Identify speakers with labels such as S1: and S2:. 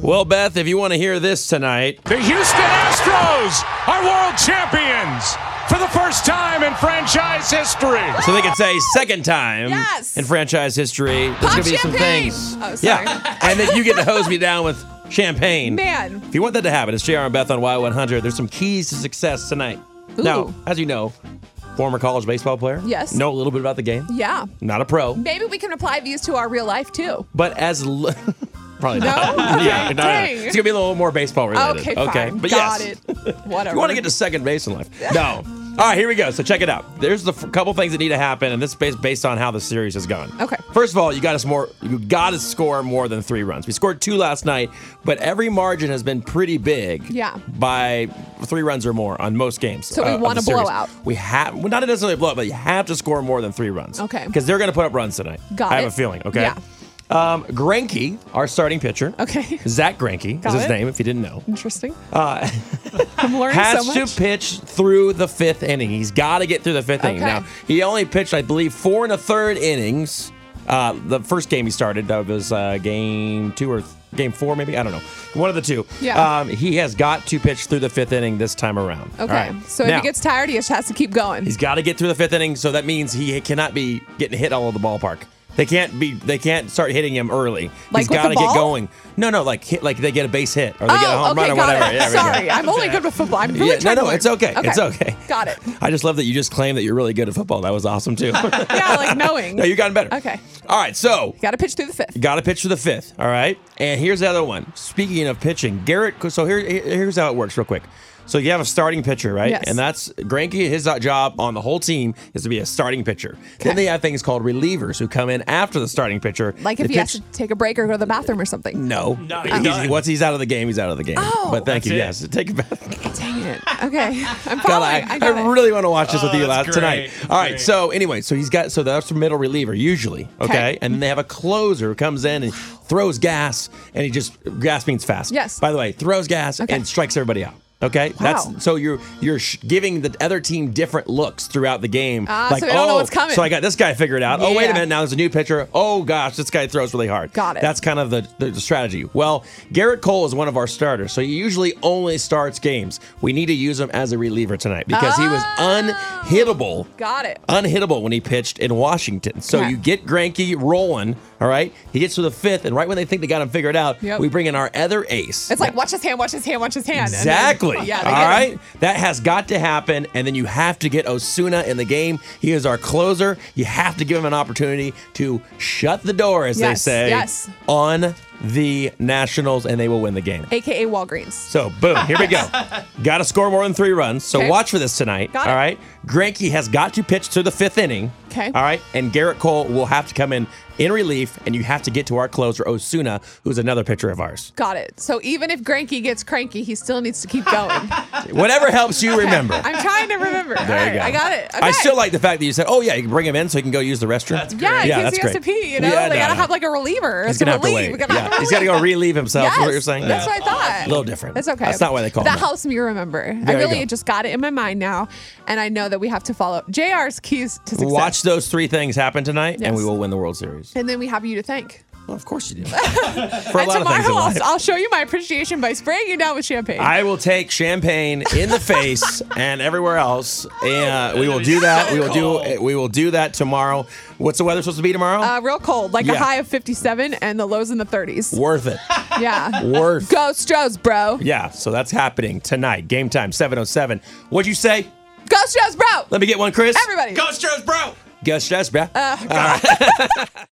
S1: Well, Beth, if you want to hear this tonight,
S2: The Houston Astros are world champions for the first time in franchise history.
S1: so they could say second time
S3: Yes.
S1: in franchise history, there's
S3: Pop
S1: gonna be some
S3: champagne.
S1: things.
S3: Oh, sorry.
S1: yeah, and then you get to hose me down with champagne.
S3: Man.
S1: If you want that to happen, it's JR and Beth on Y100. There's some keys to success tonight. Now,
S3: Ooh.
S1: as you know, former college baseball player.
S3: Yes.
S1: Know a little bit about the game.
S3: Yeah.
S1: Not a pro,
S3: Maybe we can apply these to our real life too.
S1: but as. L- Probably not.
S3: No?
S1: yeah, no, no, no.
S3: Dang.
S1: It's gonna be a little more baseball related.
S3: Okay, fine.
S1: but
S3: Got
S1: yes,
S3: it. Whatever.
S1: If you want to get to second base in life. No. All right, here we go. So check it out. There's a f- couple things that need to happen, and this is based, based on how the series has gone.
S3: Okay.
S1: First of all, you got to more. You got to score more than three runs. We scored two last night, but every margin has been pretty big.
S3: Yeah.
S1: By three runs or more on most games. uh,
S3: So we
S1: of
S3: want
S1: the
S3: a
S1: series.
S3: blowout.
S1: We have well, not necessarily a blowout, but you have to score more than three runs.
S3: Okay.
S1: Because they're going to put up runs tonight.
S3: Got
S1: I have
S3: it.
S1: a feeling. Okay.
S3: Yeah.
S1: Um, Granke, our starting pitcher.
S3: Okay.
S1: Zach Granke is
S3: Got
S1: his
S3: it.
S1: name, if you didn't know
S3: Interesting. I'm learning
S1: Uh, has
S3: so much.
S1: to pitch through the fifth inning. He's got to get through the fifth inning.
S3: Okay.
S1: Now he only pitched, I believe, four and a third innings. Uh, the first game he started that was uh, game two or th- game four, maybe I don't know, one of the two.
S3: Yeah.
S1: Um, he has got to pitch through the fifth inning this time around. All
S3: Okay.
S1: right.
S3: So if
S1: Now,
S3: he gets tired, he just has to keep going.
S1: He's got to get through the fifth inning, so that means he cannot be getting hit all over the ballpark. They can't be. They can't start hitting him early.
S3: Like
S1: he's
S3: with
S1: got to
S3: the
S1: get
S3: ball?
S1: going. No, no, like hit, like they get a base hit or they get a
S3: oh,
S1: home
S3: okay.
S1: run or
S3: got
S1: whatever.
S3: it.
S1: Yeah, there we go.
S3: Sorry. I'm only good with football. I'm really
S1: Yeah, no,
S3: trying to
S1: no,
S3: learn.
S1: it's okay. It's okay.
S3: Got it.
S1: I just love that you just claim that you're really good at football. That was awesome too. no,
S3: Yeah, like knowing.
S1: you gotten better.
S3: Okay.
S1: All right, so
S3: Got to pitch through the fifth.
S1: got to pitch for the fifth. All right, and here's the other one. Speaking of pitching, Garrett. So here, here's how it works, real quick. So you have a starting pitcher, right?
S3: Yes.
S1: And that's Granke. His uh, job on the whole team is to be a starting pitcher. Then
S3: Okay.
S1: they have things called relievers who come in after the starting pitcher.
S3: Like if
S1: They
S3: he has
S1: pitch- Mm.
S3: to take a break or go to the bathroom or something.
S1: No,
S4: No, he's
S1: He's-
S4: done.
S1: once he's out of the game, he's out of the game.
S3: Oh.
S1: but thank
S4: That's
S1: you.
S4: it.
S1: Yes, take it back.
S3: Dang it. Okay. I'm following.
S1: God,
S3: I,
S1: I, I,
S3: got it.
S1: really want to watch this with
S4: Oh,
S1: you
S4: that's
S1: last tonight.
S4: great.
S1: All right.
S4: Great.
S1: So anyway, so he's got so that's the middle reliever usually. Okay.
S3: Okay.
S1: And then they have a closer who comes in and throws gas, and he just gas means fast.
S3: Yes.
S1: By the way, throws gas
S3: Okay.
S1: and strikes everybody out. Okay, that's so you're you're sh- giving the other team different looks throughout the game. oh,
S3: Ah, so they don't know what's coming."
S1: So I got this guy figured out. Oh wait a
S3: Yeah.
S1: minute, now there's a new pitcher. Oh gosh, this guy throws really hard.
S3: Got it.
S1: That's kind of the, the, the strategy. Well, Garrett Cole is one of our starters, so he usually only starts games. We need to use him as a reliever tonight because he was unhittable.
S3: Oh, Got it.
S1: Uh, Unhittable when he pitched in Washington. So
S3: Okay.
S1: you get Granke rolling, all right? He gets to the fifth, and right when they think they got him figured out,
S3: Yep.
S1: we bring in our other ace.
S3: It's like watch his hand, watch his hand, watch his hand. and then-
S1: Exactly.
S3: yeah. they
S1: All
S3: get it.
S1: right. That has got to happen. And then you have to get Osuna in the game. He is our closer. You have to give him an opportunity to shut the door, as
S3: Yes,
S1: they say,
S3: yes.
S1: on the Nationals, and they will win the game.
S3: AKA Walgreens.
S1: So, boom, here we go. got to score more than three runs. So,
S3: Okay.
S1: watch for this tonight.
S3: Got it.
S1: All right. Granke has got to pitch to the fifth inning.
S3: Okay.
S1: All right. And Garrett Cole will have to come in in relief, and you have to get to our closer, Osuna, who's another pitcher of ours.
S3: Got it. So even if Granky gets cranky, he still needs to keep going.
S1: Whatever helps you remember.
S3: I'm trying to remember.
S1: There
S3: All
S1: you
S3: right,
S1: go.
S3: I got it. Okay.
S1: I still like the fact that you said, "Oh yeah, you can bring him in so he can go use the restroom." That's
S3: Yeah, in
S1: yeah,
S3: case
S1: that's
S3: he
S1: great.
S3: has to pee, you know,
S1: Yeah,
S3: they
S1: no,
S3: gotta
S1: no.
S3: have like a reliever.
S1: He's
S3: it's gonna,
S1: have to
S3: leave.
S1: wait.
S3: We're gonna have
S1: Yeah,
S3: to
S1: he's got to
S3: relieve.
S1: go relieve himself. is
S3: Yes,
S1: what you're saying?
S3: That's
S1: Yeah.
S3: what I thought.
S1: A little different.
S3: That's okay.
S1: That's not why they call
S3: That
S1: him that.
S3: helps me remember.
S1: There
S3: I
S1: you
S3: really
S1: go.
S3: just got it in my mind now, and I know that we have to follow JR's keys to success.
S1: Watch those three things happen tonight, and
S3: Yes.
S1: we will win the World Series.
S3: and then we have you to thank.
S1: Well, of course you do. For a
S3: and
S1: lot of
S3: tomorrow,
S1: things in life.
S3: I'll, I'll show you my appreciation by spraying you down with champagne.
S1: I will take champagne in the face and everywhere else, and uh, we will do that. We will do. We will do that tomorrow. What's the weather supposed to be tomorrow?
S3: uh, real cold, like
S1: Yeah.
S3: a high of 57 and the lows in the 30s.
S1: Worth it.
S3: Yeah.
S1: Worth.
S3: Go Stros, bro.
S1: Yeah. So that's happening tonight. Game time, seven oh seven. What'd you say?
S3: Go Stros, bro.
S1: Let me get one, Chris.
S3: Everybody.
S4: Go Stros, bro!
S1: Guess that's bro.